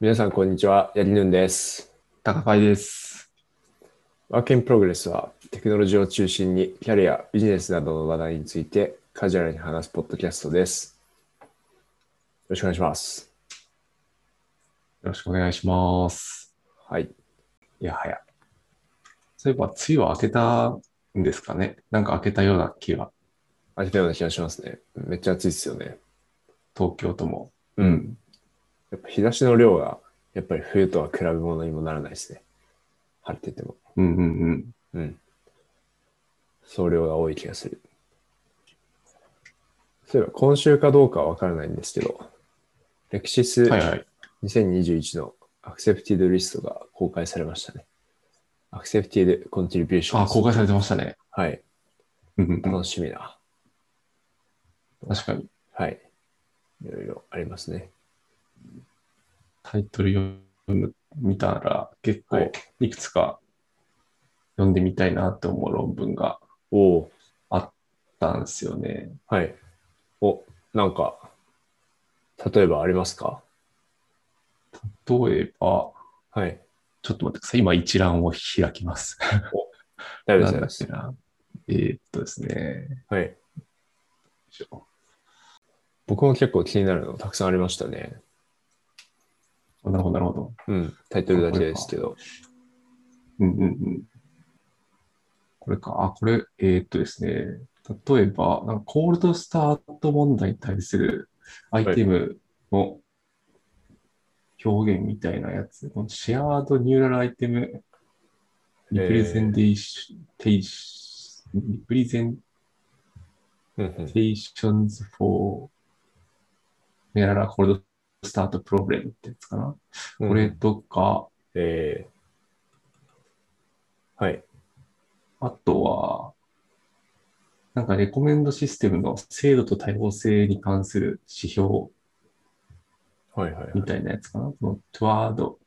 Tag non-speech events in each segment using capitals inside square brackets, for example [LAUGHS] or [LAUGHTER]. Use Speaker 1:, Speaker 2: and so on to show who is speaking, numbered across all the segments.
Speaker 1: 皆さん、こんにちは。やりぬんです。
Speaker 2: タカファイです。
Speaker 1: ワークインプログレスは、テクノロジーを中心に、キャリア、ビジネスなどの話題について、カジュアルに話すポッドキャストです。よろしくお願いします。
Speaker 2: よろしくお願いします。
Speaker 1: はい。
Speaker 2: いやはや。そういえば、梅雨は明けたんですかねなんか明けたような気が、
Speaker 1: 当てたような気がしますね。めっちゃ暑いですよね。
Speaker 2: 東京とも。
Speaker 1: う。やっぱ日差しの量が、やっぱり冬とは比べ物にもならないですね。晴れてても。
Speaker 2: うんうんうん。
Speaker 1: うん。総量が多い気がする。そういえば、今週かどうかはわからないんですけど、レクシス
Speaker 2: はいはい。
Speaker 1: 2021のアクセプティドリストが公開されましたね。アクセプティドコントリビューション。
Speaker 2: あ、公開されてましたね。
Speaker 1: はい。
Speaker 2: うんうんうん。
Speaker 1: 楽しみな。
Speaker 2: 確かに。
Speaker 1: はい。いろいろありますね。
Speaker 2: タイトル読む、見たら、結
Speaker 1: は
Speaker 2: 構
Speaker 1: い、
Speaker 2: いくつか読んでみたいなって思う論文があ
Speaker 1: おお。
Speaker 2: ったんですよね。
Speaker 1: はい。お、なんか、例えばありますか
Speaker 2: 例えば、
Speaker 1: はい。
Speaker 2: ちょっと待ってください。今、一覧を開きます。
Speaker 1: 大丈夫
Speaker 2: なん
Speaker 1: で
Speaker 2: だっ
Speaker 1: す
Speaker 2: け。な。えーっとですね。よ
Speaker 1: はい。
Speaker 2: いしょ
Speaker 1: 僕も結構気になるのたくさんありましたね。
Speaker 2: なるほど、なるほど。
Speaker 1: うん。タイトルだけですけど。
Speaker 2: うんうんうん。これか。あ、これ、えーっとですね。例えば、なんかコールドスタート問題に対するアイテムの表現みたいなやつ。このシェアードニューラルアイテム、リプレゼンテーション、テーシリプレゼン
Speaker 1: うんうん。
Speaker 2: テーションズ for ニューラルコールドスタートプロブレムってやつかな。これとか、
Speaker 1: えー、はい。
Speaker 2: あとは、なんかレコメンドシステムの精度と多様性に関する指標
Speaker 1: はいはい、はい。
Speaker 2: みたいなやつかな。この Toward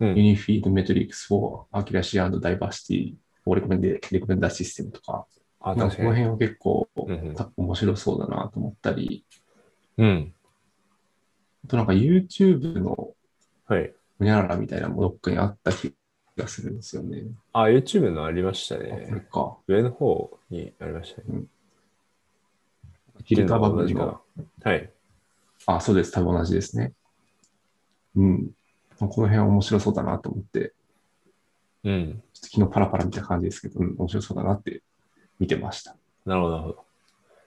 Speaker 1: うん。
Speaker 2: Unified Metrics for Accuracy and Diversity or Recommended Recommender System とか、
Speaker 1: あ、
Speaker 2: なんか
Speaker 1: 確か
Speaker 2: この
Speaker 1: に。
Speaker 2: 辺は結構
Speaker 1: うんうん
Speaker 2: た面白そうだなと思ったり、
Speaker 1: うん。
Speaker 2: あとなんか YouTube の
Speaker 1: はい。
Speaker 2: ほにゃららみたいなもどっかにあった気がするんですよね。
Speaker 1: あ、YouTube のありました
Speaker 2: あこれ
Speaker 1: ね。
Speaker 2: か。
Speaker 1: 上の方にありましたね。
Speaker 2: フィルターバブ
Speaker 1: 同じ
Speaker 2: ル
Speaker 1: か
Speaker 2: の
Speaker 1: な。はい。
Speaker 2: あ、そうです。多分同じですね。うん。この辺は面白そうだなと思って、
Speaker 1: うん。
Speaker 2: ちょっと昨日パラパラ見た感じですけど、うん、面白そうだなって見てました。
Speaker 1: なるほど、なるほど。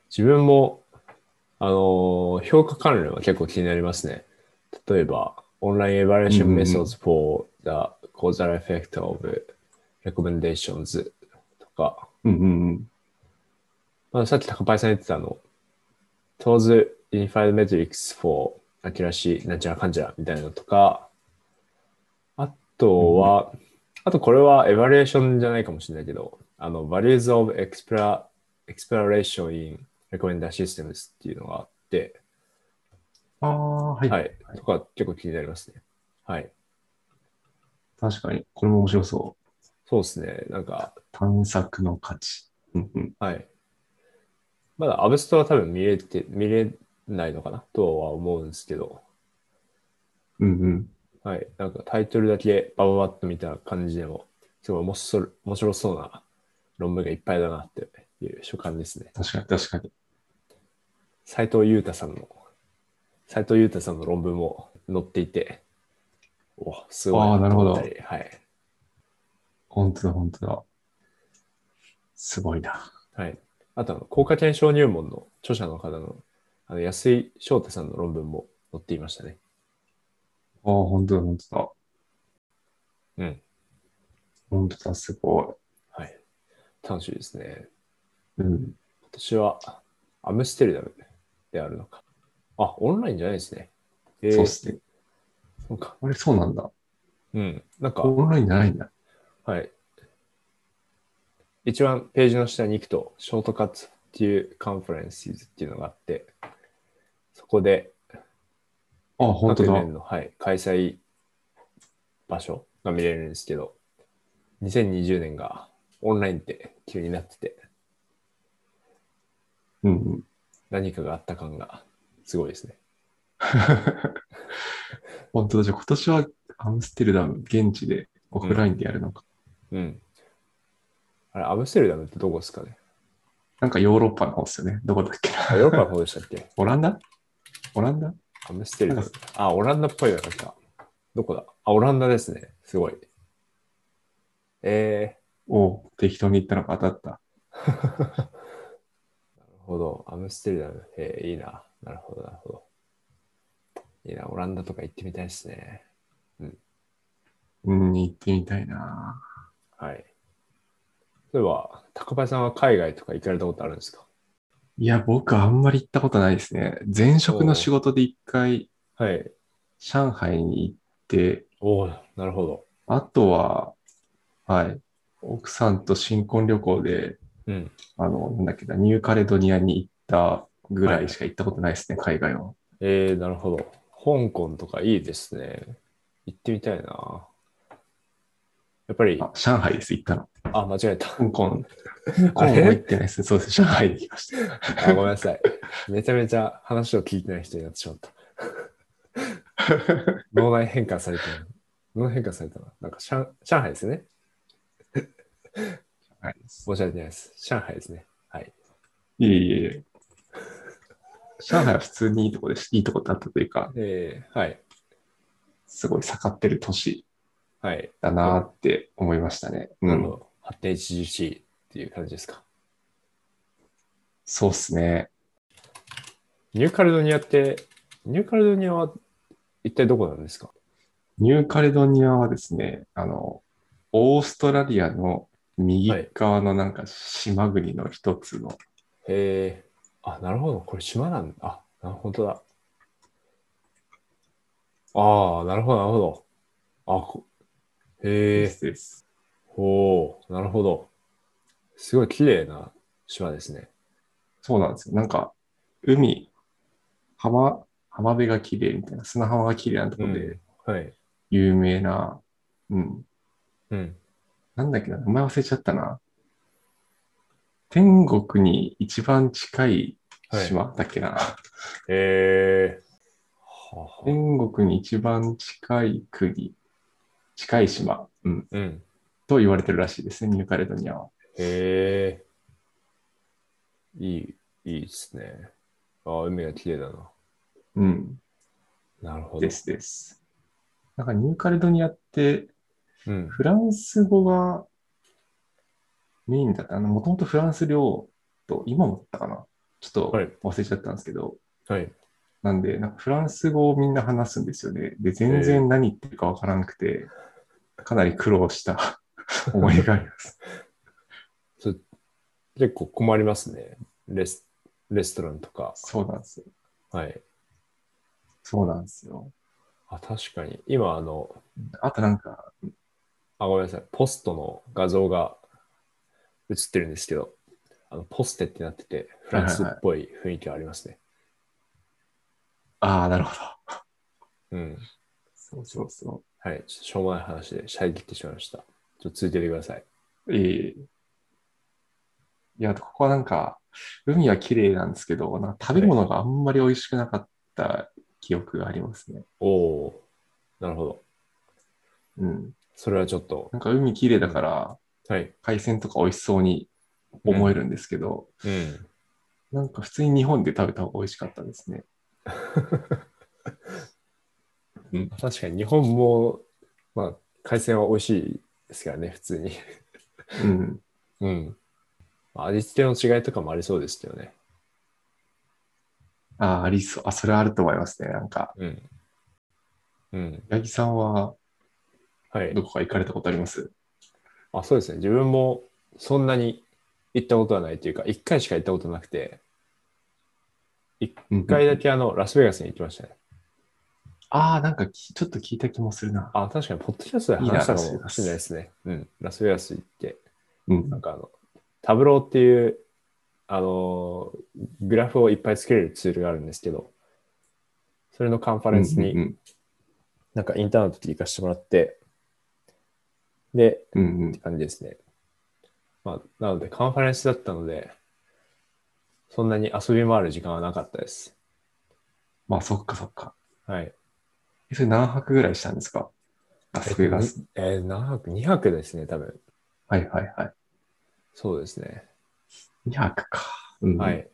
Speaker 1: 自分も、あのー評価関連は結構気になりますね。例えば、オンラインエバリューショ
Speaker 2: うん
Speaker 1: ン
Speaker 2: うんう
Speaker 1: メ
Speaker 2: ん
Speaker 1: ソッド for the causal effect of recommendations とか、
Speaker 2: うんうんうん。
Speaker 1: まあ、さっき高林さん言ってたあの、Tools Unified Metrics for 秋らしいなんちゃらかんちゃらみたいなのとか、あとは、あとこれはエバリエーションじゃないかもしれないけど、あの、Values of Explora- Exploration in Recommender Systems っていうのがあって、
Speaker 2: ああ、はい、
Speaker 1: はい、とか結構気になりますね。はい。
Speaker 2: 確かに。これも面白そう。
Speaker 1: そうですね。なんか、
Speaker 2: 探索の価値。うんうん。
Speaker 1: はい。まだアブストは多分見れて、見れないのかなとは思うんですけど、
Speaker 2: うんうん。
Speaker 1: はい、なんかタイトルだけバババッと見た感じでも、すごい面白い面白そうな論文がいっぱいだなっていう所感ですね。
Speaker 2: 確かに、確かに。
Speaker 1: 斉藤裕太さんの、斉藤裕太さんの論文も載っていて、おすごい
Speaker 2: あーなるほど
Speaker 1: と思ったりはい。
Speaker 2: 本当だ、本当だ。すごいな。
Speaker 1: はい。あとあの、効果検証入門の著者の方の、あの安井翔太さんの論文も載っていましたね。
Speaker 2: ああ、本当だ、本当だ。
Speaker 1: うん。
Speaker 2: 本当だ、すご
Speaker 1: はい。楽しいですね。
Speaker 2: い。うん。
Speaker 1: 今年はアムステルダムであるのか。あ、オンラインじゃないですね。えー
Speaker 2: そうですね。
Speaker 1: そうか。
Speaker 2: あれ、そうなんだ。
Speaker 1: うん。なんか、
Speaker 2: オンラインじゃないんだ。
Speaker 1: はい。一番ページの下に行くと、ショートカットっていうカンファレンスっていうのがあって、そこで
Speaker 2: ああ、本当
Speaker 1: 各
Speaker 2: だ。
Speaker 1: 年の、はい、開催場所が見れるんですけど、2020年がオンラインって急になってて、
Speaker 2: うんうん。
Speaker 1: 何かがあった感がすごいですね。
Speaker 2: 本当だ、じゃあ今年はアムステルダム、現地でオフラインでやるのか。
Speaker 1: うん。あれ、アムステルダムってどこですかね
Speaker 2: なんかヨーロッパの方ですよね。どこだっけな。
Speaker 1: あヨーロッパの方でしたっけ
Speaker 2: オランダオランダ
Speaker 1: アムステルダム。あ、オランダっぽいな、なんか。どこだあ、オランダですね。すごい。え
Speaker 2: おう適当に言ったのが当たった。
Speaker 1: ー。なるほど。アムステルダム。えー、いいな。なるほど、なるほど。いいな、オランダとか行ってみたいですね。
Speaker 2: うん、行ってみたいな。
Speaker 1: はい。例えば、高林さんは海外とか行かれたことあるんですか
Speaker 2: いや、僕あんまり行ったことないですね。前職の仕事で一回、
Speaker 1: はい。
Speaker 2: 上海に行って、
Speaker 1: おおなるほど。
Speaker 2: あとは、はい、奥さんと新婚旅行で、
Speaker 1: うん。
Speaker 2: あの、なんだっけな、ニューカレドニアに行ったぐらいしか行ったことないですね、海外は。
Speaker 1: えー、なるほど。香港とかいいですね。行ってみたいな。やっぱり、
Speaker 2: あ、上海です、行ったの。
Speaker 1: あ、間違えた。
Speaker 2: 香港、香港も行ってないですね。そうです、上海に行きました。
Speaker 1: あごめんなさい。めちゃめちゃ話を聞いてない人になってしま
Speaker 2: [LAUGHS]
Speaker 1: った。脳内変換されてる。脳内変換されたな。なんか上、上海ですね。
Speaker 2: はいです
Speaker 1: 申し訳ないです。上海ですね。はい。
Speaker 2: いえいえいえ。上海は普通にいいとこです。いいとこだったというか、
Speaker 1: えー、はい。
Speaker 2: すごい盛ってる都市
Speaker 1: はい。
Speaker 2: だなーって思いましたね。う
Speaker 1: なるほ
Speaker 2: ん。
Speaker 1: ど。発展著しいっていう感じですか。
Speaker 2: そうっすね。
Speaker 1: ニューカレドニアって、ニューカレドニアは一体どこなんですか
Speaker 2: ニューカレドニアはですね、あの、オーストラリアの右側のなんか島国の一つの、
Speaker 1: へえ。あ、なるほど。これ島なんだ。あ、なるほどだ。ああ、なるほど、なるほど。あ、こへえ。
Speaker 2: です。
Speaker 1: おお、なるほど。すごい綺麗な島ですね。
Speaker 2: そうなんですよ。なんか、海、浜、浜辺が綺麗みたいな、砂浜が綺麗なとこ
Speaker 1: う
Speaker 2: で
Speaker 1: はい。
Speaker 2: 有名な、うん、
Speaker 1: うん。
Speaker 2: なんだっけな、名前忘れちゃったな。天国に一番近い島だっけな。
Speaker 1: へえ。はあはあ
Speaker 2: 天国に一番近い国、近い島、うん、
Speaker 1: うん。
Speaker 2: と言われてるらしいですね、ニューカレドニアは。
Speaker 1: へえ。いい、いいですね。ああ、海が綺麗だな。
Speaker 2: うん、
Speaker 1: なるほど
Speaker 2: で。すです。なんかニューカレドニアって、
Speaker 1: うん。
Speaker 2: フランス語がメインだった。あの、もともとフランス領と、今もだったかな。ちょっと
Speaker 1: はい
Speaker 2: 忘れちゃったんですけど、
Speaker 1: はい。
Speaker 2: なんで、なんかフランス語をみんな話すんですよね。で、全
Speaker 1: え
Speaker 2: 然何言ってるかわからなくて、かなり苦労した思い出があります。
Speaker 1: 結構困りますね。レスレストランとか。
Speaker 2: そうなんですよ。
Speaker 1: はい。
Speaker 2: そうなんですよ。
Speaker 1: あ、確かに。今、あの、
Speaker 2: あとなんか、
Speaker 1: あ、ごめんなさい。ポストの画像が映ってるんですけど、あのポステってなってて、フランスっぽい雰囲気はありますね。
Speaker 2: ああ、なるほ
Speaker 1: う
Speaker 2: ど。
Speaker 1: ん。
Speaker 2: そうそうそ
Speaker 1: はい。ちょっとしょうもない話で、遮切ってしまいました。ちょっと続いててください。
Speaker 2: う。ええいや、あとここはなんか、海は綺麗なんですけど、なんか食べ物があんまり美味しくなかった記憶がありますね。
Speaker 1: おおーなるほど。
Speaker 2: うん。
Speaker 1: それはちょっと、
Speaker 2: なんか海綺麗だから、
Speaker 1: はい。
Speaker 2: 海鮮とか美味しそうに思えるんですけど、
Speaker 1: うん。
Speaker 2: なんか普通に日本で食べた方が美味しかったですね。うん
Speaker 1: 確かに日本も、まあ、海鮮は美味しいですからね、普通に。
Speaker 2: うん。
Speaker 1: うん。まあ味付けの違いとかもありそうですけどね。
Speaker 2: あ、ありそう。あ、それはあると思いますね。なんか、
Speaker 1: うん。うん。
Speaker 2: 八木さんは
Speaker 1: はい。
Speaker 2: どこか行かれたことあります
Speaker 1: あ、そうですね。自分もそんなに行ったことはないというか、1回しか行ったことなくて、
Speaker 2: 一
Speaker 1: 1回だけあの、ラスベガスに行きましたね。
Speaker 2: ああ、なんかきちょっと聞いた気もするな。
Speaker 1: あ、確かに、ポッドキャストで話したか
Speaker 2: いいな
Speaker 1: も
Speaker 2: ラス
Speaker 1: しれないですね。うん。ラスベガス行って、
Speaker 2: うん
Speaker 1: な。んかあの、タブローっていう、あのー、グラフをいっぱい作れるツールがあるんですけど、それのカンファレンス
Speaker 2: うん
Speaker 1: に、なんかインターンの時行かせてもらって、で、
Speaker 2: うんうん。うん
Speaker 1: って感じですね。まあ、なので、カンファレンスだったので、そんなに遊び回る時間はなかったです。
Speaker 2: まあ、そっかそっか。
Speaker 1: はい。
Speaker 2: えそれ何泊ぐらいしたんですかラスベガス。
Speaker 1: えー何泊 ?2 泊ですね、多分。
Speaker 2: はいはいは
Speaker 1: そうですね。
Speaker 2: い。2泊か。うん
Speaker 1: はい。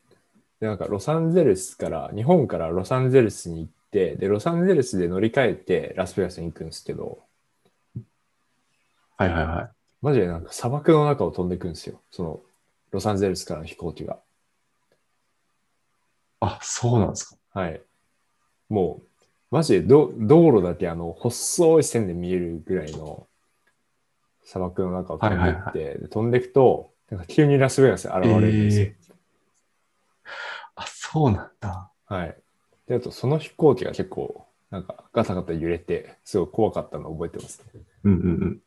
Speaker 1: で、なんかロサンゼルスから、日本からロサンゼルスに行って、で、ロサンゼルスで乗り換えてラスベガスに行くんですけど、
Speaker 2: はいはいはい。
Speaker 1: マジでなんか砂漠の中を飛んでいくんですよ。その、ロサンゼルスからの飛行機が。
Speaker 2: あ、そうなんですか。
Speaker 1: はい。もう、マジでど道路だけあの、細い線で見えるぐらいの砂漠の中を飛んでいって、
Speaker 2: はい
Speaker 1: で飛んでいくと、なんか急にラスベガスに現れるんですよ。
Speaker 2: えーあ、そうなんだ。
Speaker 1: はい。で、あとその飛行機が結構、なんかガタガタ揺れて、すごい怖かったのを覚えてますね。
Speaker 2: うんうんうん。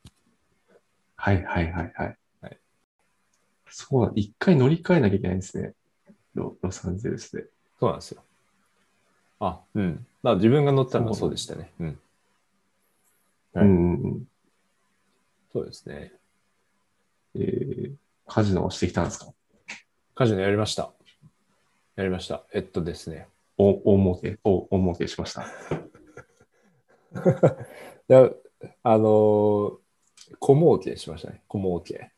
Speaker 2: はいはいはいはい。
Speaker 1: はい
Speaker 2: そうなん一回乗り換えなきゃいけないんですね。ロロサンゼルスで。
Speaker 1: そうなんですよ。あ、うん。まあ自分が乗ったのはそうでしたね。うん。はい
Speaker 2: うんうんうん。
Speaker 1: そうですね。
Speaker 2: えー、カジノをしてきたんですか
Speaker 1: カジノやりました。やりました。えっとですね。
Speaker 2: お、大儲け、お、大儲けしました。
Speaker 1: いや、あのー小儲けしましたね。小儲け。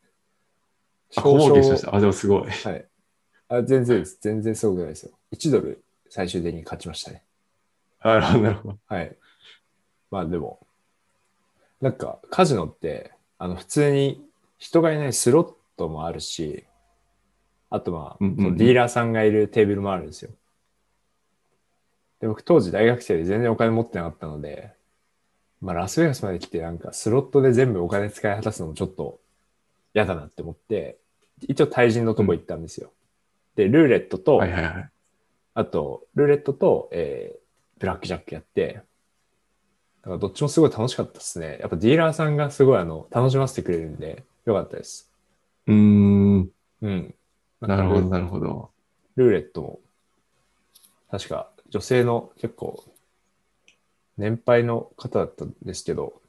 Speaker 2: あ、大儲けしました。あ、でもすごい。 [LAUGHS]
Speaker 1: た。はい。あ、全然です。全然すごくないですよ。1ドル最終的に勝ちましたね。
Speaker 2: あなるほど、なるほど。
Speaker 1: はい。まあでも、なんかカジノって、あの普通に人がいないスロットもあるし、あとまあ、
Speaker 2: うんうんうん
Speaker 1: そのディーラーさんがいるテーブルもあるんですよ。で、僕当時大学生で全然お金持ってなかったので、まあラスベガスまで来てなんかスロットで全部お金使い果たすのもちょっと嫌だなって思って、一応対人のとこ行ったんですよ。で、ルーレットと、
Speaker 2: はいはいはい。
Speaker 1: あと、ルーレットと、えーブラックジャックやって、だからどっちもすごい楽しかったですね。やっぱディーラーさんがすごいあの楽しませてくれるんで、よかったです。
Speaker 2: うーん。
Speaker 1: うん。
Speaker 2: なるほど、
Speaker 1: ル。
Speaker 2: なるほど。
Speaker 1: ルーレットも、確か女性の結構、年配の方だったんですけど、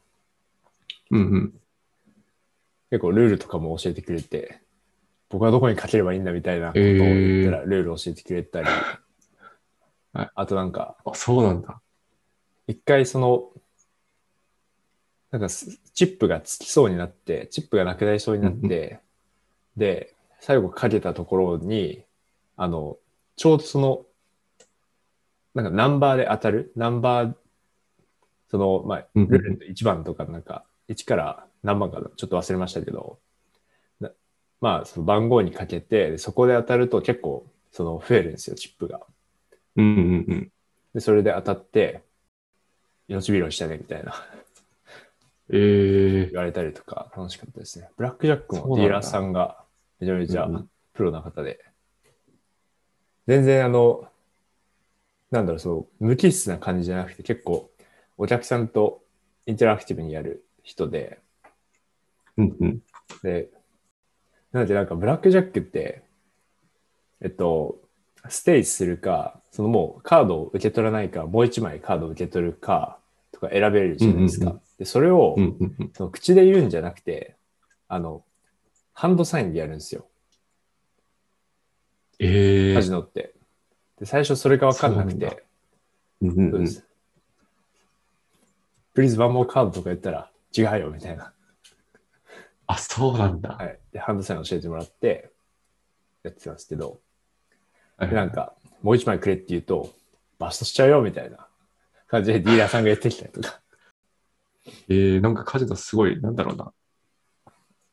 Speaker 2: うんうん。
Speaker 1: 結構ルールとかも教えてくれて、僕はどこにかければいいんだみたいなことを言ったら、ルール教えてくれたり、
Speaker 2: はい
Speaker 1: あとなんか、
Speaker 2: あ、そうなんだ。
Speaker 1: 一回その、なんかすチップがつきそうになって、チップがなくなりそうになって、で、最後かけたところに、あの、ちょうどその、なんかナンバーで当たる、ナンバー、その、まあ、
Speaker 2: うん
Speaker 1: ル
Speaker 2: うん
Speaker 1: ーレット1番とか、なんか、1から何番かちょっと忘れましたけど、なまあ、その番号にかけて、でそこで当たると結構、その、増えるんですよ、チップが。
Speaker 2: うんうんうん。
Speaker 1: で、それで当たって、命拾いしたね、みたいな [LAUGHS]
Speaker 2: えー、
Speaker 1: 言われたりとか、楽しかったですね。ブラックジャック
Speaker 2: そうな
Speaker 1: も
Speaker 2: んだ
Speaker 1: ディーラーさんがめちゃめちゃ
Speaker 2: うんうん
Speaker 1: プロな方で、全然あの、なんだろう、そう、無機質な感じじゃなくて、結構お客さんとインタラクティブにやる人で、
Speaker 2: うんうん。
Speaker 1: で、なのでなんかブラックジャックって、えっと、ステージするか、そのもうカードを受け取らないか、もう一枚カードを受け取るかとか選べるじゃないですか。
Speaker 2: うんう
Speaker 1: で、それを、
Speaker 2: うんうんうん。
Speaker 1: その口で言うんじゃなくて、あの、ハンドサインでやるんですよ。
Speaker 2: え
Speaker 1: カ
Speaker 2: ー
Speaker 1: ジ、ノって。で、最初それがわかんなく
Speaker 2: そうなん
Speaker 1: て、
Speaker 2: うんうん
Speaker 1: そう
Speaker 2: うん
Speaker 1: で。す。プリーズワンモーカードとか言ったら、違うよ、みたいな。
Speaker 2: あ、そうなんだ。
Speaker 1: はい。で、ハンドサイン教えてもらって、やってたんですけど、
Speaker 2: はい
Speaker 1: でなんか、もう一枚くれって言うと、バストしちゃうよ、みたいな感じでディーラーさんがやってきたりとか。
Speaker 2: えー、なんかカジノすごい、なんだろうな。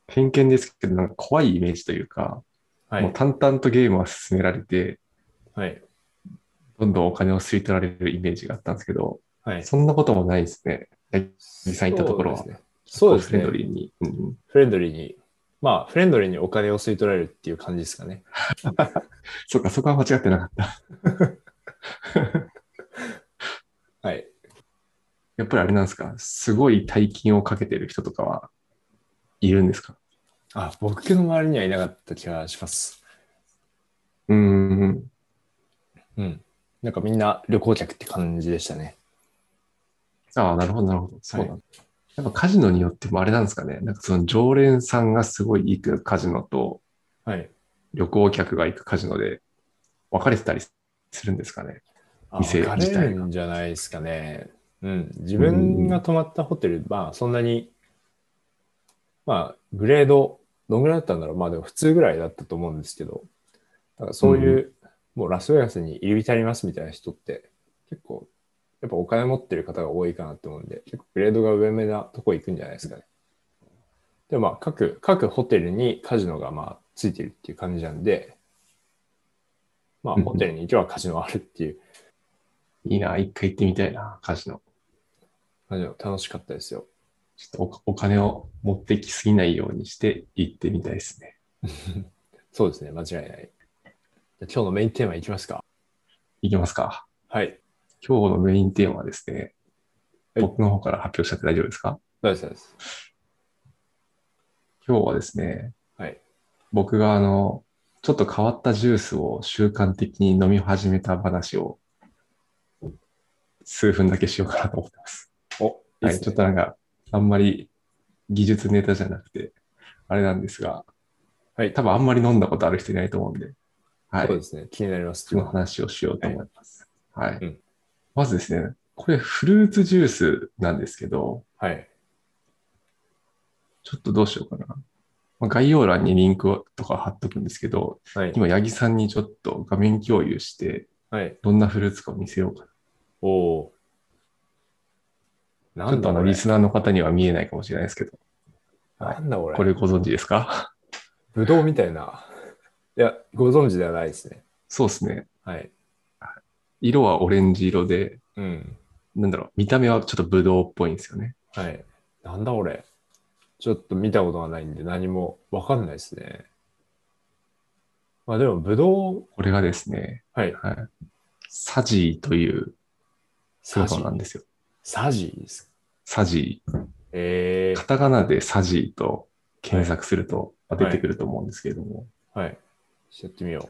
Speaker 2: 偏見ですけど、なんか怖いイメージというか、
Speaker 1: は
Speaker 2: もう
Speaker 1: い。
Speaker 2: 淡々とゲームは進められて、
Speaker 1: はい。
Speaker 2: どんどんお金を吸い取られるイメージがあったんですけど、
Speaker 1: はい。
Speaker 2: そんなこともないですね。実際行ったところは
Speaker 1: そうですね。そうです
Speaker 2: フレン
Speaker 1: ね
Speaker 2: ド。リーに。うんうん
Speaker 1: フレンドリーに。まあ、フレンドリーにお金を吸い取られるっていう感じですかね。
Speaker 2: そっか、そこは間違ってなかった。
Speaker 1: はい。
Speaker 2: やっぱりあれなんですか、すごい大金をかけてる人とかはいるんですか
Speaker 1: あ、僕の周りにはいなかった気がします。
Speaker 2: うーん。
Speaker 1: うん。なんかみんな旅行客って感じでしたね。
Speaker 2: ああ、なるほど、なるほど。そうなんだ。やっぱカジノによってもあれなんですかね。なんかその常連さんがすごい行くカジノと
Speaker 1: はい。
Speaker 2: 旅行客が行くカジノで分かれてたりするんですかね。
Speaker 1: あ
Speaker 2: 店
Speaker 1: 分か
Speaker 2: 自体
Speaker 1: れるんじゃないですかね。うん、自分が泊まったホテル、まあそんなに、まあグレード、どんぐらいだったんだろう、まあでも普通ぐらいだったと思うんですけど、なんかそういう、もうラスベガスに入り浸りますみたいな人って、結構、やっぱお金持ってる方が多いかなと思うんで、結構グレードが上目なとこ行くんじゃないですかね。でもまあ各、各ホテルにカジノがまあついてるっていう感じなんで、まあ
Speaker 2: うん
Speaker 1: ホテルに行けばカジノあるっていう
Speaker 2: いいな、一回行ってみたいな、カジノ。
Speaker 1: 感じの楽しかったですよ。
Speaker 2: ちょっとおお金を持ってきすぎないようにして行ってみたいですね。
Speaker 1: そうですね、間違いない。じゃあ今日のメインテーマいきますか。
Speaker 2: いきますか。
Speaker 1: はい。
Speaker 2: 今日のメインテーマはですね、
Speaker 1: はい
Speaker 2: 僕の方から発表しちゃって大丈夫ですか
Speaker 1: そうです、そうです。
Speaker 2: 今日はですね、
Speaker 1: はい。
Speaker 2: 僕があの、ちょっと変わったジュースを習慣的に飲み始めた話を数分だけしようかなと思ってます。
Speaker 1: お、
Speaker 2: はい
Speaker 1: い
Speaker 2: い、
Speaker 1: っす
Speaker 2: ち
Speaker 1: ね
Speaker 2: ょっとなんか、あんまり技術ネタじゃなくて、あれなんですが、
Speaker 1: はい
Speaker 2: 多分あんまり飲んだことある人いないと思うんで、はい
Speaker 1: そう、ですね、気になります。
Speaker 2: その話をしようと思います。はい。
Speaker 1: うん
Speaker 2: まずですね、これフルーツジュースなんですけど、
Speaker 1: はい。
Speaker 2: ちょっとどうしようかな。まあ概要欄にリンクをとか貼っとくんですけど、
Speaker 1: はい。
Speaker 2: 今、八木さんにちょっと画面共有して、
Speaker 1: はい。
Speaker 2: どんなフルーツか見せようか
Speaker 1: おおー。
Speaker 2: な。
Speaker 1: な
Speaker 2: ちょっ
Speaker 1: ん
Speaker 2: と
Speaker 1: だ
Speaker 2: あの、
Speaker 1: これ
Speaker 2: リスナーの方には見えないかもしれないですけど、ナ
Speaker 1: な
Speaker 2: ー
Speaker 1: んだこれ
Speaker 2: これご存知ですか [LAUGHS]
Speaker 1: ぶどうみたいな。いや、ご存知ではないですね。
Speaker 2: そうですね。
Speaker 1: はい。
Speaker 2: 色はオレンジ色で、
Speaker 1: うん。
Speaker 2: なんだろう、見た目はちょっとブドウっぽいんですよね。
Speaker 1: はい。なんだこれ。ちょっと見たことがないんで何もわかんないですね。まあでも、ぶどう、
Speaker 2: これがですね、
Speaker 1: はい。
Speaker 2: はい、サジーというソーダなんですよ。
Speaker 1: サジーです。
Speaker 2: サジー。
Speaker 1: え
Speaker 2: カタカナでサジーと検索するとまあ
Speaker 1: はい
Speaker 2: 出てくると思うんですけれども、
Speaker 1: ー、はい。ちょっとやってみよう。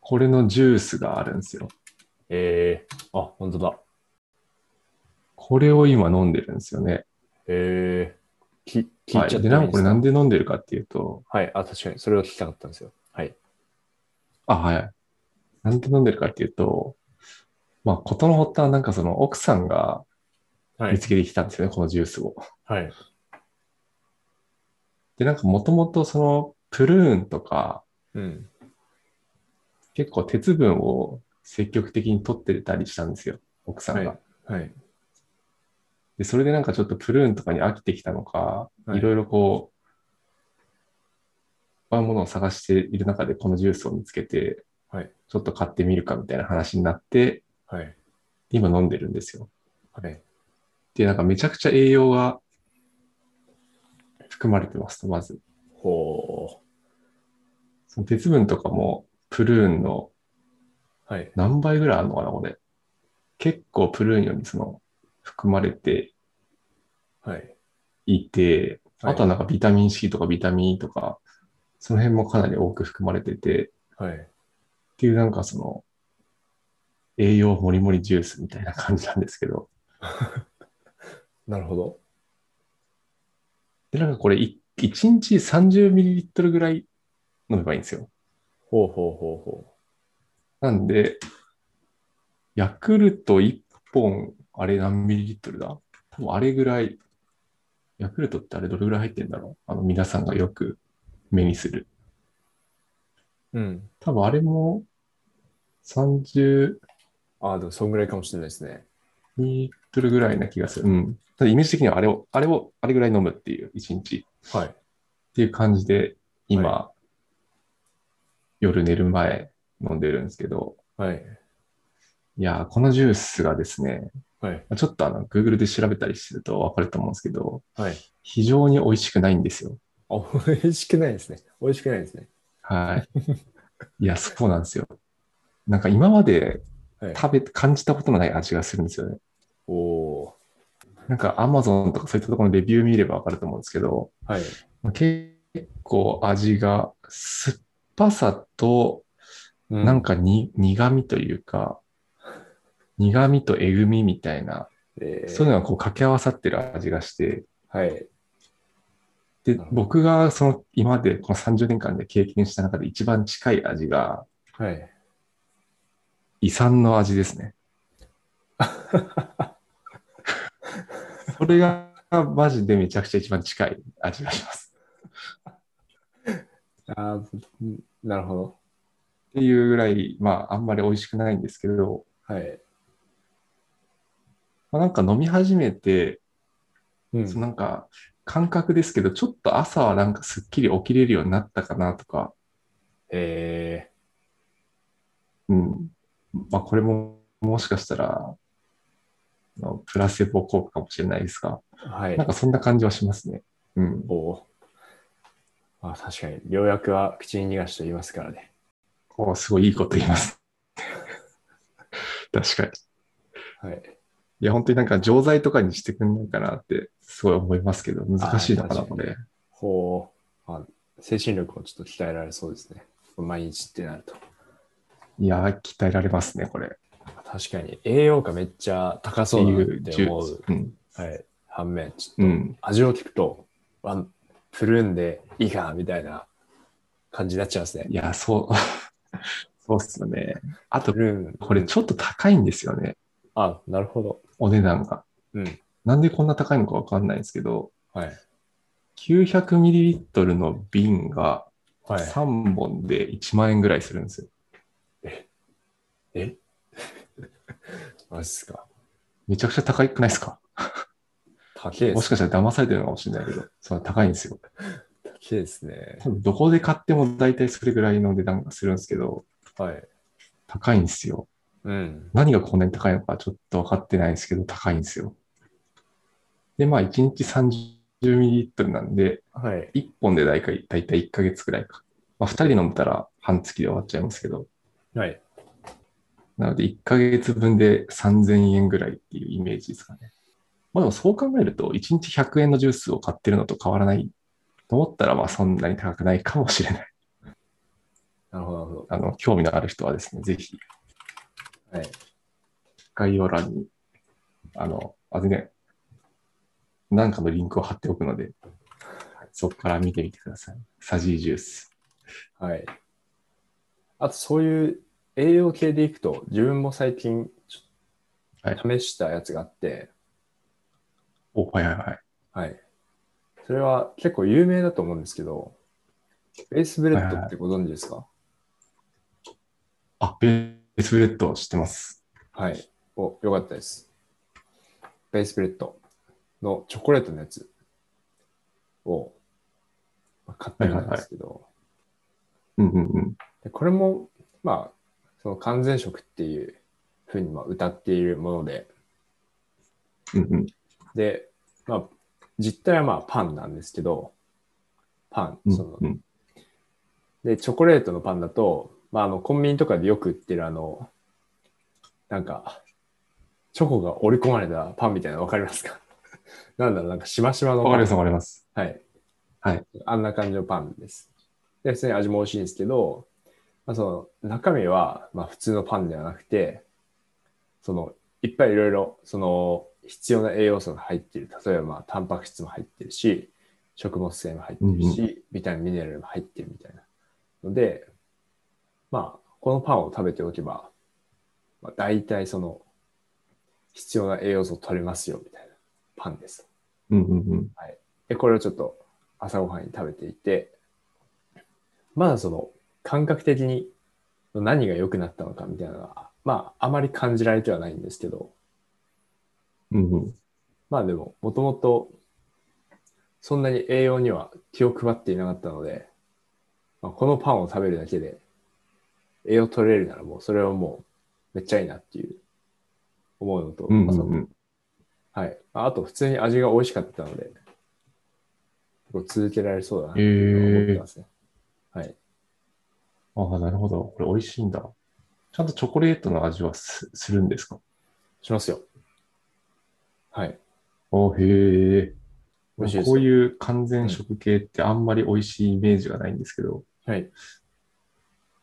Speaker 2: これのジュースがあるんですよ。
Speaker 1: えー、あ、本当だ。
Speaker 2: これを今飲んでるんですよね。
Speaker 1: えー、き聞
Speaker 2: はい
Speaker 1: ちゃっていい
Speaker 2: で、なんかこれなん
Speaker 1: で
Speaker 2: で飲んでるかっていうと
Speaker 1: す、かはい、あ、確かに、それを聞きたかったんですよ。はい。
Speaker 2: あ、はい。なんで飲んでるかっていうと、まあ、ことの発端はなんかその奥さんが
Speaker 1: は
Speaker 2: 見つけてきたんですよね、このジュースを。
Speaker 1: はい。
Speaker 2: で、なんかもともとそのプルーンとか、
Speaker 1: うん。
Speaker 2: 結構鉄分を積極的に取ってたりしたんですよ、奥さんが。
Speaker 1: はい。
Speaker 2: で、それでなんかちょっとプルーンとかに飽きてきたのか、
Speaker 1: はい
Speaker 2: いろいろこう、あものを探している中でこのジュースを見つけて、
Speaker 1: はい
Speaker 2: ちょっと買ってみるかみたいな話になって、
Speaker 1: はい。
Speaker 2: 今飲んでるんですよ。
Speaker 1: はい。
Speaker 2: で、なんかめちゃくちゃ栄養が含まれてますと、まず。
Speaker 1: ほ
Speaker 2: その鉄分とかもプルーンの
Speaker 1: う。はい。
Speaker 2: 何倍ぐらいあるのかな、これ。結構プルーンよりその含まれて
Speaker 1: はい。
Speaker 2: いて、
Speaker 1: はい
Speaker 2: あとはなんかビタミン C とかビタミン E とか、その辺もかなり多く含まれてて、
Speaker 1: はい。
Speaker 2: っていうなんかその、栄養もりもりジュースみたいな感じなんですけど。
Speaker 1: なるほど。
Speaker 2: で、なんかこれい、1日 30ml ぐらい飲めばいいんですよ。
Speaker 1: ほうほうほうほ
Speaker 2: なんで、ヤクルト1本、あれ何ミリリットルだ多分あれぐらい、ヤクルトってあれどれぐらい入ってんだろうあの皆さんがよく目にする。
Speaker 1: う。うん。
Speaker 2: 多分あれも30
Speaker 1: ああ、でもそんぐらいかもしれないですね。
Speaker 2: ミリリットルぐらいな気がする。うん。ただイメージ的にはあれを、あれを、あれぐらい飲むっていう、1日。
Speaker 1: はい。
Speaker 2: っていう感じで、今、夜寝る前飲んでるんですけど、
Speaker 1: はい。
Speaker 2: いやー、このジュースがですね、
Speaker 1: はい。
Speaker 2: ちょっとあの、Google で調べたりするとわかると思うんですけど、
Speaker 1: はい。
Speaker 2: 非常に美味しくないんですよ。
Speaker 1: あ、美味しくないですね。美味しくないですね。 [LAUGHS]
Speaker 2: はい。いや、そうなんですよ。なんか今まで
Speaker 1: はい。
Speaker 2: 食べ、感じたことのない味がするんですよね。
Speaker 1: おお
Speaker 2: なんか Amazon とかそういったところのレビュー見ればわかると思うんですけど、
Speaker 1: ー。はい。
Speaker 2: 結構味が酸っぱさと
Speaker 1: うん
Speaker 2: なんかに、苦味というか、苦味とえぐみみたいな、
Speaker 1: えー
Speaker 2: そういうのがこう掛け合わさってる味がして、
Speaker 1: はい。
Speaker 2: で
Speaker 1: なるほ、ど
Speaker 2: 僕がその今までこの30年間で経験した中で一番近い味が、
Speaker 1: はい。
Speaker 2: 遺産の味ですね。それがマジでめちゃくちゃ一番近い味がします。
Speaker 1: あーなるほど。
Speaker 2: っていうぐらい、まあ、あんまり美味しくないんですけど、
Speaker 1: はい。
Speaker 2: まあ、なんか飲み始めて、
Speaker 1: うん
Speaker 2: そのなんか感覚ですけど、ちょっと朝はなんかすっきり起きれるようになったかなとか、
Speaker 1: え
Speaker 2: うん。まあ、これももしかしたら、あのプラセボ効果かもしれないですが、
Speaker 1: ー、はい
Speaker 2: なん。かそんな感じはしますね。うん。
Speaker 1: おお。まあ確かに、良薬は口に逃がしと言いますからね。
Speaker 2: おすごいいいこと言います。 [LAUGHS] 確かに。
Speaker 1: はい。
Speaker 2: いや、本当になんか錠剤とかにしてくんないかなって、すごい思いますけど、難しいのかな、
Speaker 1: あー確
Speaker 2: こ
Speaker 1: かに
Speaker 2: れ。
Speaker 1: ほう、あ、精神力をちょっと鍛えられそうですね。毎日ってなると。
Speaker 2: いやー、鍛えられますね、これ。
Speaker 1: 確かに、栄養価めっちゃ高そうだなって思う。
Speaker 2: うん。
Speaker 1: はい。反面、ちょっと
Speaker 2: うん。
Speaker 1: 味を聞くと、あ、プルーンでいいかなみたいな感じになっちゃいますね。
Speaker 2: いやー、そう。 [LAUGHS] そうっすよね。あ
Speaker 1: プ
Speaker 2: と、
Speaker 1: ルーン。
Speaker 2: これちょっと高いんですよね、
Speaker 1: あ、なるほど。
Speaker 2: お値段が。
Speaker 1: うん。
Speaker 2: なんでこんな高いのかわかんないんですけど、
Speaker 1: はい。
Speaker 2: 900ml の瓶が
Speaker 1: はい。
Speaker 2: 3本で1万円ぐらいするんですよ。
Speaker 1: えマジっすか。
Speaker 2: めちゃくちゃ高くないですか
Speaker 1: 高いで
Speaker 2: もし
Speaker 1: す。
Speaker 2: かしたら騙されてるのかもしれないけど、その高いんですよ。
Speaker 1: 高いですね。
Speaker 2: 多分どこで買っても大体それぐらいの値段がするんですけど、
Speaker 1: はい。
Speaker 2: 高いんですよ。
Speaker 1: うん。
Speaker 2: 何がこんなに高いのかちょっと分かってないですけど、高いんですよ。で、まあ、1日 30ml なんで、
Speaker 1: はい。
Speaker 2: 1本で大体大体1ヶ月くらいか。まあ、2人飲んだら半月で終わっちゃいますけど、
Speaker 1: はい。
Speaker 2: なので1ヶ月分で3000円ぐらいっていうイメージですかね。まあでもそう考えると、1日100円のジュースを買ってるのと変わらないと思ったら、まあそんなに高くないかもしれない。
Speaker 1: なるほど、なるほ
Speaker 2: あの、興味のある人はですね、ぜひ
Speaker 1: ど。はい。
Speaker 2: 概要欄に、あの、あれね、なんかのリンクを貼っておくので、そこから見てみてください。サジージュース。
Speaker 1: はい。あと、そういう栄養系でいくと、自分も最近、ちょっと試したやつがあって、
Speaker 2: お、はいはいはい。
Speaker 1: はい、それは結構有名だと思うんですけど、ベースブレッドってご存知ですか
Speaker 2: あ、ベースブレッド知ってます。
Speaker 1: はい、お、よかったです。ベースブレッドのチョコレートのやつをまあ買ってるんですけど、
Speaker 2: うんうんうん。
Speaker 1: でこれも、まあ、その完全食っていうふうにまあ歌っているもので、
Speaker 2: うんうん。
Speaker 1: で、まあ、実態はまあパンなんですけど、パ
Speaker 2: う
Speaker 1: ン、
Speaker 2: ん
Speaker 1: その、
Speaker 2: うん。
Speaker 1: で、チョコレートのパンだと、まあ、あの、コンビニとかでよく売ってるあの、なんか、チョコが織り込まれたパンみたいなのわかりますか [LAUGHS] なんだろう、なんかしましまの
Speaker 2: わか
Speaker 1: パ
Speaker 2: り
Speaker 1: ン
Speaker 2: ますわかります。
Speaker 1: はい。
Speaker 2: はい。
Speaker 1: あんな感じのパンです。で、普通に味も美味しいんですけど、まあ、その中身は、まあ、普通のパンではなくて、その、いっぱいいろいろ、その、必要な栄養素が入っている。例えば、まあ、タンパク質も入ってるし、食物繊維も入ってるし、ビタミン、ミネラルも入ってるみたいな。ので、まあ、このパンを食べておけば、まあ、大体その、必要な栄養素を取れますよ、みたいなパンです。
Speaker 2: うんうんうん。
Speaker 1: で、これをちょっと朝ごはんに食べていて、まだその感覚的に何が良くなったのかみたいなのは、まああまり感じられてはないんですけど、
Speaker 2: うんうん。
Speaker 1: まあでも、もともとそんなに栄養には気を配っていなかったので、まあ、このパンを食べるだけで栄養取れるならもうそれはもうめっちゃいいなっていう思うのと、
Speaker 2: うん
Speaker 1: ま
Speaker 2: う
Speaker 1: あ
Speaker 2: ん
Speaker 1: その
Speaker 2: うん。
Speaker 1: はい。ああと、普通に味が美味しかったので、こう続けられそうだなって思ってますね。はい。
Speaker 2: ああ、なるほど。これ美味しいんだ。ちゃんとチョコレートの味はすするんですか
Speaker 1: しますよ。はい。
Speaker 2: おへえ。
Speaker 1: 美味しいですよ
Speaker 2: こういう完全食系ってあんまり美味しいイメージがないんですけど、
Speaker 1: はい。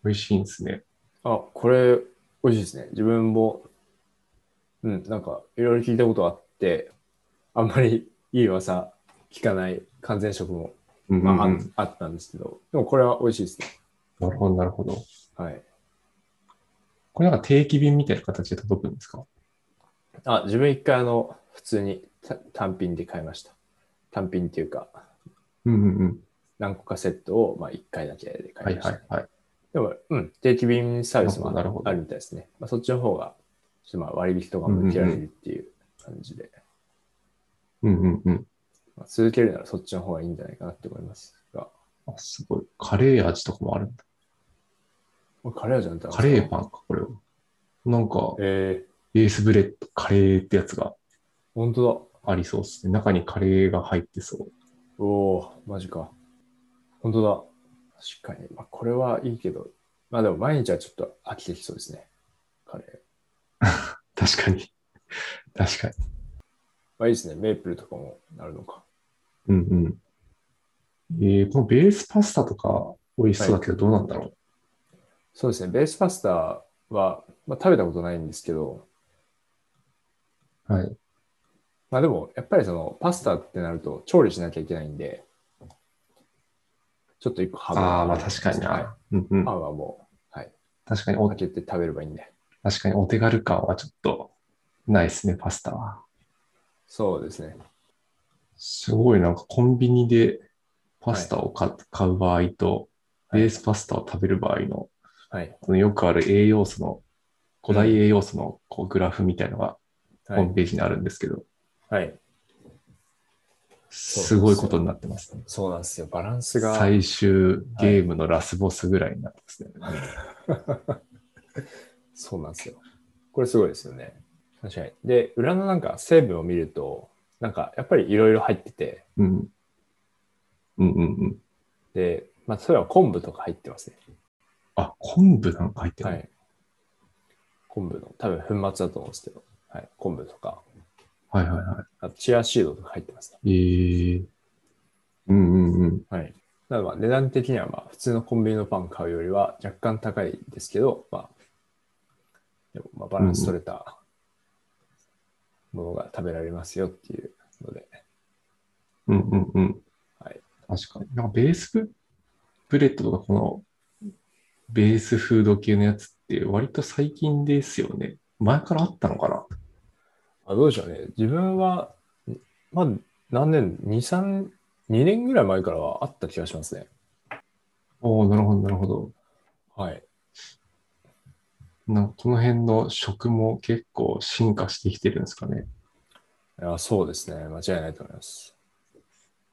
Speaker 2: 美味しいんですね。
Speaker 1: あ、これ、美味しいですね。自分も、うん、なんか、いろいろ聞いたことあって、あんまりいい噂聞かない完全食も、
Speaker 2: うん
Speaker 1: まあ、あ
Speaker 2: うんうん
Speaker 1: あったんですけど、でもこれは美味しいですね。
Speaker 2: なるほど、なるほど。
Speaker 1: はい。
Speaker 2: これなんか定期便みたいな形で届くんですか
Speaker 1: あ、自分一回あの、普通にた単品で買いました。単品っていうか、
Speaker 2: うんうんうん。
Speaker 1: 何個かセットを、まあ、1回だけで
Speaker 2: は
Speaker 1: 買い
Speaker 2: い
Speaker 1: ました。
Speaker 2: はいはい。
Speaker 1: でも、うん、定期便サービスも
Speaker 2: なるほど
Speaker 1: あるみたいですね。まあ、そっちの方が、ちょっとまあ割引とかも受けられるっていう感じで、
Speaker 2: うんうんうん。
Speaker 1: まあ、続けるならそっちの方がいいんじゃないかなって思いますが、
Speaker 2: あ、すごい。カレー味とかもあるんだ。
Speaker 1: これカレー味なんてあるん
Speaker 2: カ
Speaker 1: ですか
Speaker 2: レーパンか、これは。なんか、
Speaker 1: えー、
Speaker 2: ベースブレッド、カレーってやつが
Speaker 1: 本当
Speaker 2: ありそうですね。中にカレーが入ってそう。
Speaker 1: だ。おおマジか。本当だ。確かに。まあ、これはいいけど、まあでも毎日はちょっと飽きてきそうですね。カレー。
Speaker 2: 確かに。 [LAUGHS] 確かに。
Speaker 1: まあいいですね。メープルとかもなるのか。
Speaker 2: うんうん。えー、このベースパスタとか美味しそうだけど、どうなんだろ
Speaker 1: そうですね。ベースパスタは、まあ、食べたことないんですけど、
Speaker 2: う。はい。
Speaker 1: まあでも、やっぱりそのパスタってなると調理しなきゃいけないんで、ちょっと一個ハードルが
Speaker 2: ああ、まあ
Speaker 1: る
Speaker 2: 確かに
Speaker 1: はい
Speaker 2: な。うんうん
Speaker 1: パ。ンはもう、はい。
Speaker 2: 確かにお、
Speaker 1: 開けて食べればいいんで。
Speaker 2: 確かにお手軽感はちょっとないですね、パスタは。
Speaker 1: そうですね。
Speaker 2: すごいなんかコンビニでパスタを買,、買う場合と、
Speaker 1: はい
Speaker 2: ベースパスタを食べる場合の、
Speaker 1: はい。
Speaker 2: そのよくある栄養素の、5大栄養素のこうグラフみたいのがホ
Speaker 1: は
Speaker 2: ーム
Speaker 1: い。
Speaker 2: ページにあるんですけど、
Speaker 1: はい、
Speaker 2: すごいことになってますね。
Speaker 1: そうなんですよ。バランスが。
Speaker 2: 最終ゲームのラスボスぐらいになってますね。
Speaker 1: そうなんですよ。これすごいですよね。確かに。で、裏のなんか成分を見ると、なんかやっぱりいろいろ入ってて、
Speaker 2: うん。うんうんうん。
Speaker 1: で、まあ、それは昆布とか入ってますね。
Speaker 2: あ、昆布なんか入ってる。
Speaker 1: はい。昆布の、多分粉末だと思うんですけど、はい。昆布とか、
Speaker 2: はい、はいは
Speaker 1: あとチアシードとか入ってますね。
Speaker 2: いえー。うんうんうん。
Speaker 1: はい。なのでまあ、値段的には、まあ、普通のコンビニのパン買うよりは若干高いですけど、まあ、でも、まあ、バランス取れたものが食べられますよっていうので、
Speaker 2: うんうんうん。
Speaker 1: はい。
Speaker 2: 確かに。なんかベースブブレッドとかこのベースフード系のやつって割と最近ですよね。前からあったのかな
Speaker 1: あどうでしょうね。自分は、んまあ、何年、2、3、2年ぐらい前からはあった気がしますね。
Speaker 2: おおなるほど、なるほど。
Speaker 1: はい。
Speaker 2: なんかこの辺の食も結構進化してきてるんですかね。
Speaker 1: いやそうですね。間違いないと思います。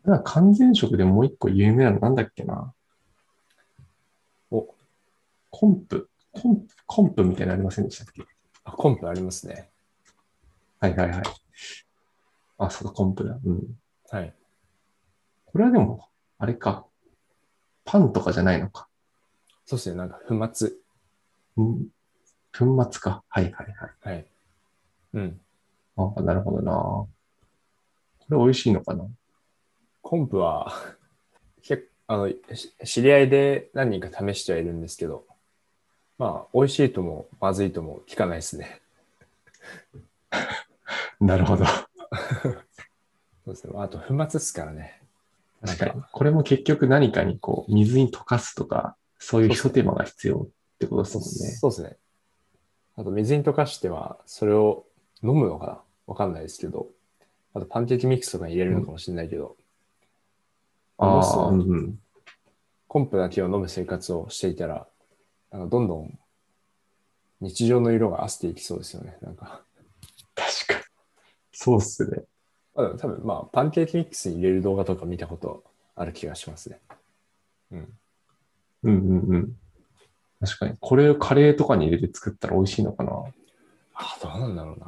Speaker 2: なんか完全食でもう一個有名なのなんだっけな
Speaker 1: お、
Speaker 2: コンプ。コンプ、コンプみたいなのありませんでしたっけ
Speaker 1: あコンプありますね。
Speaker 2: はいはいはい。あ、そうだ、コンプだ。うん。
Speaker 1: はい。
Speaker 2: これはでも、あれか。パンとかじゃないのか。
Speaker 1: そうですね。なんか、粉末。
Speaker 2: うん。粉末か。はいはいはい。
Speaker 1: はい。うん。
Speaker 2: ああ、なるほどな。これ美味しいのかな
Speaker 1: コンプは、結あの、し知り合いで何人か試してはいるんですけど、まあ、美味しいとも、まずいとも聞かないですね。
Speaker 2: なるほど。
Speaker 1: そうですね。まああと、粉末ですからね。
Speaker 2: 確かに。これも結局何かにこう、水に溶かすとか、そういうひと手間が必要ってことですもんね。
Speaker 1: そうですね。あと、水に溶かしては、それを飲むのかなわかんないですけど、あと、パンケーキミックスとかに入れるのかもしれないけど、
Speaker 2: あ
Speaker 1: そ
Speaker 2: あ、
Speaker 1: う
Speaker 2: う
Speaker 1: そうん
Speaker 2: うん。
Speaker 1: コンプだけを飲む生活をしていたら、なんかどんどん日常の色があせていきそうですよね。なんか、
Speaker 2: 確かに。そうっすね。
Speaker 1: まあ、でも多分まあ、パンケーキミックスに入れる動画とか見たことある気がしますね。
Speaker 2: うんうんうん。確かに。これをカレーとかに入れて作ったら美味しいのかな
Speaker 1: ああ、どうなんだろう [LAUGHS] な。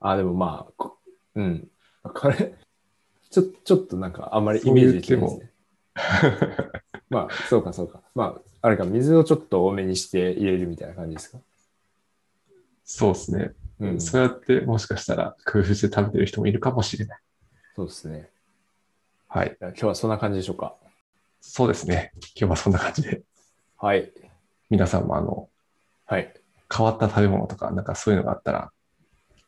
Speaker 1: ああ、でもまあ、こうん。これ、ちょちょっとなんかあんまりイメージできないです
Speaker 2: そう
Speaker 1: ね。まあ、そうかそうか。まあ、あれか、水をちょっと多めにして入れるみたいな感じですか。
Speaker 2: そうですね。
Speaker 1: うん、そ
Speaker 2: そうやってもしかしたら工夫して食べてる人もいるかもしれない。
Speaker 1: うですね。
Speaker 2: はい。
Speaker 1: じゃあ今日はそんな感じでしょうか。
Speaker 2: そうですね。今日はそんな感じで。
Speaker 1: はい。
Speaker 2: 皆さんもあの、
Speaker 1: はい。
Speaker 2: 変わった食べ物とか、なんかそういうのがあったら、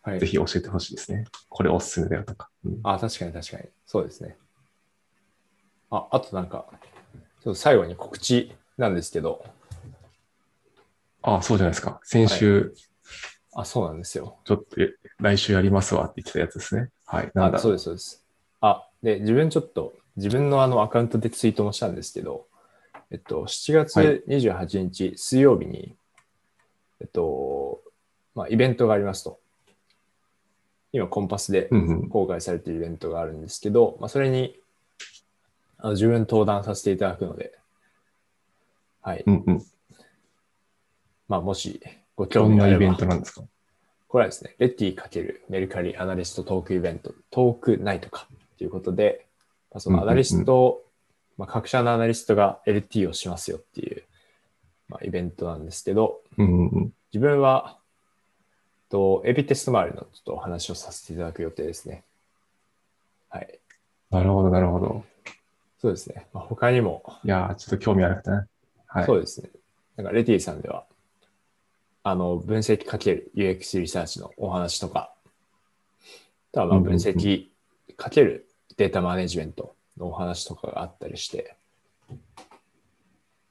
Speaker 1: はい
Speaker 2: ぜ。ひ教えてほしいですね。これおすすめだよとか。うん
Speaker 1: あ、確かに確かに。そうですね。あ、あとなんか、ちょっと最後に告知なんですけど、
Speaker 2: ああ、そうじゃないですか。先週、
Speaker 1: あ、そうなんですよ。
Speaker 2: ちょっとえ来週やりますわって言ってたやつですね。はい。なん
Speaker 1: あ、
Speaker 2: だ
Speaker 1: そうです、そうです。あ、で、自分ちょっと、自分のあのアカウントでツイートもしたんですけど、えっと、7
Speaker 2: はい
Speaker 1: 月28日水曜日に、えっと、まあ、イベントがありますと。今、コンパスで
Speaker 2: うんうん。
Speaker 1: 公開されているイベントがあるんですけど、まあ、それに、あの自分登壇させていただくので、はい。
Speaker 2: うんうん。
Speaker 1: まあ、もし、ご
Speaker 2: ど
Speaker 1: 興
Speaker 2: ん
Speaker 1: 味が
Speaker 2: な
Speaker 1: あ
Speaker 2: イ
Speaker 1: れ
Speaker 2: ベ
Speaker 1: ば
Speaker 2: ント、なんですか
Speaker 1: これはですね、レティ×メルカリアナリストトークイベント、トークナイトかということで、まあそのアナリスト、まあ、各社のアナリストが LT をしますよっていう、まあ、イベントなんですけど、
Speaker 2: うんうんうん。
Speaker 1: 自分は、とエビテスト周りのちょっとお話をさせていただく予定ですね。はい。
Speaker 2: なるほど、なるほど。
Speaker 1: そうですね。まあ、他にも、
Speaker 2: いやー、ちょっと興味あるくてね。はい。
Speaker 1: そうですね。なんかレティさんでは、あの、分析かける UX リサーチのお話とか、あとはまあ
Speaker 2: うんうんう
Speaker 1: 分
Speaker 2: ん
Speaker 1: 析かけるデータマネジメントのお話とかがあったりして、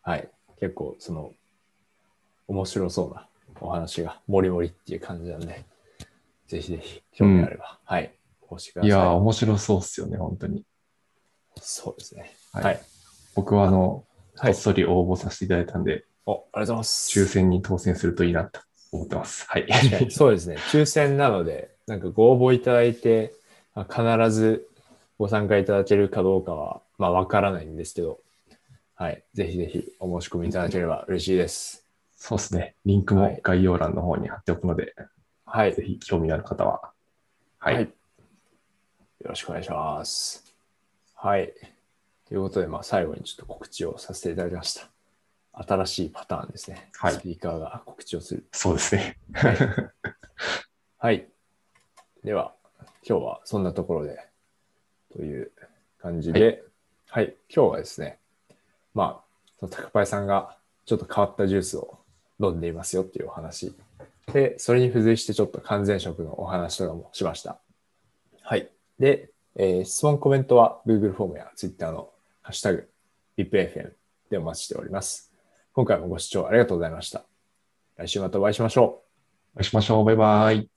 Speaker 1: はい。結構、その、面白そうなお話がもりもりっていう感じなんで、ぜひぜひ興味あれば、はい。お越しくださ
Speaker 2: い
Speaker 1: い。
Speaker 2: やー、面白そうっすよね、本当に。
Speaker 1: そうですね。は。
Speaker 2: はいい
Speaker 1: はい。
Speaker 2: 僕はあの、こっそり応募させていただいたんで、
Speaker 1: お、ありがとうございます。
Speaker 2: 抽選に当選するといいなと思ってます。はい。
Speaker 1: 確
Speaker 2: [LAUGHS]
Speaker 1: かにそうですね。抽選なので、なんかご応募いただいて、まあ必ずご参加いただけるかどうかは、まあ、わからないんですけど、はい。ぜひぜひお申し込みいただければ嬉しいです。
Speaker 2: そうですね。リンク
Speaker 1: は
Speaker 2: も
Speaker 1: い
Speaker 2: 概要欄の方に貼っておくので、
Speaker 1: はい
Speaker 2: ぜ。ひ興味のある方は。はい。
Speaker 1: よろしくお願いします。はい。ということで、まあ、最後にちょっと告知をさせていただきました。新しいパターンですね。
Speaker 2: はい
Speaker 1: スピーカーが告知をする。
Speaker 2: そうですね。
Speaker 1: はい。では、今日はそんなところで、という感じで、はい、今日はですね、まあ、その宅配さんがちょっと変わったジュースを飲んでいますよっていうお話。で、それに付随してちょっと完全食のお話とかもしました。はい。で、えー質問、コメントは Google フォームや Twitter のハッシュタグ、VIPFM でお待ちしております。今回もご視聴ありがとうございました。来週またお会いしましょう。
Speaker 2: お会いしましょう。バイバイ。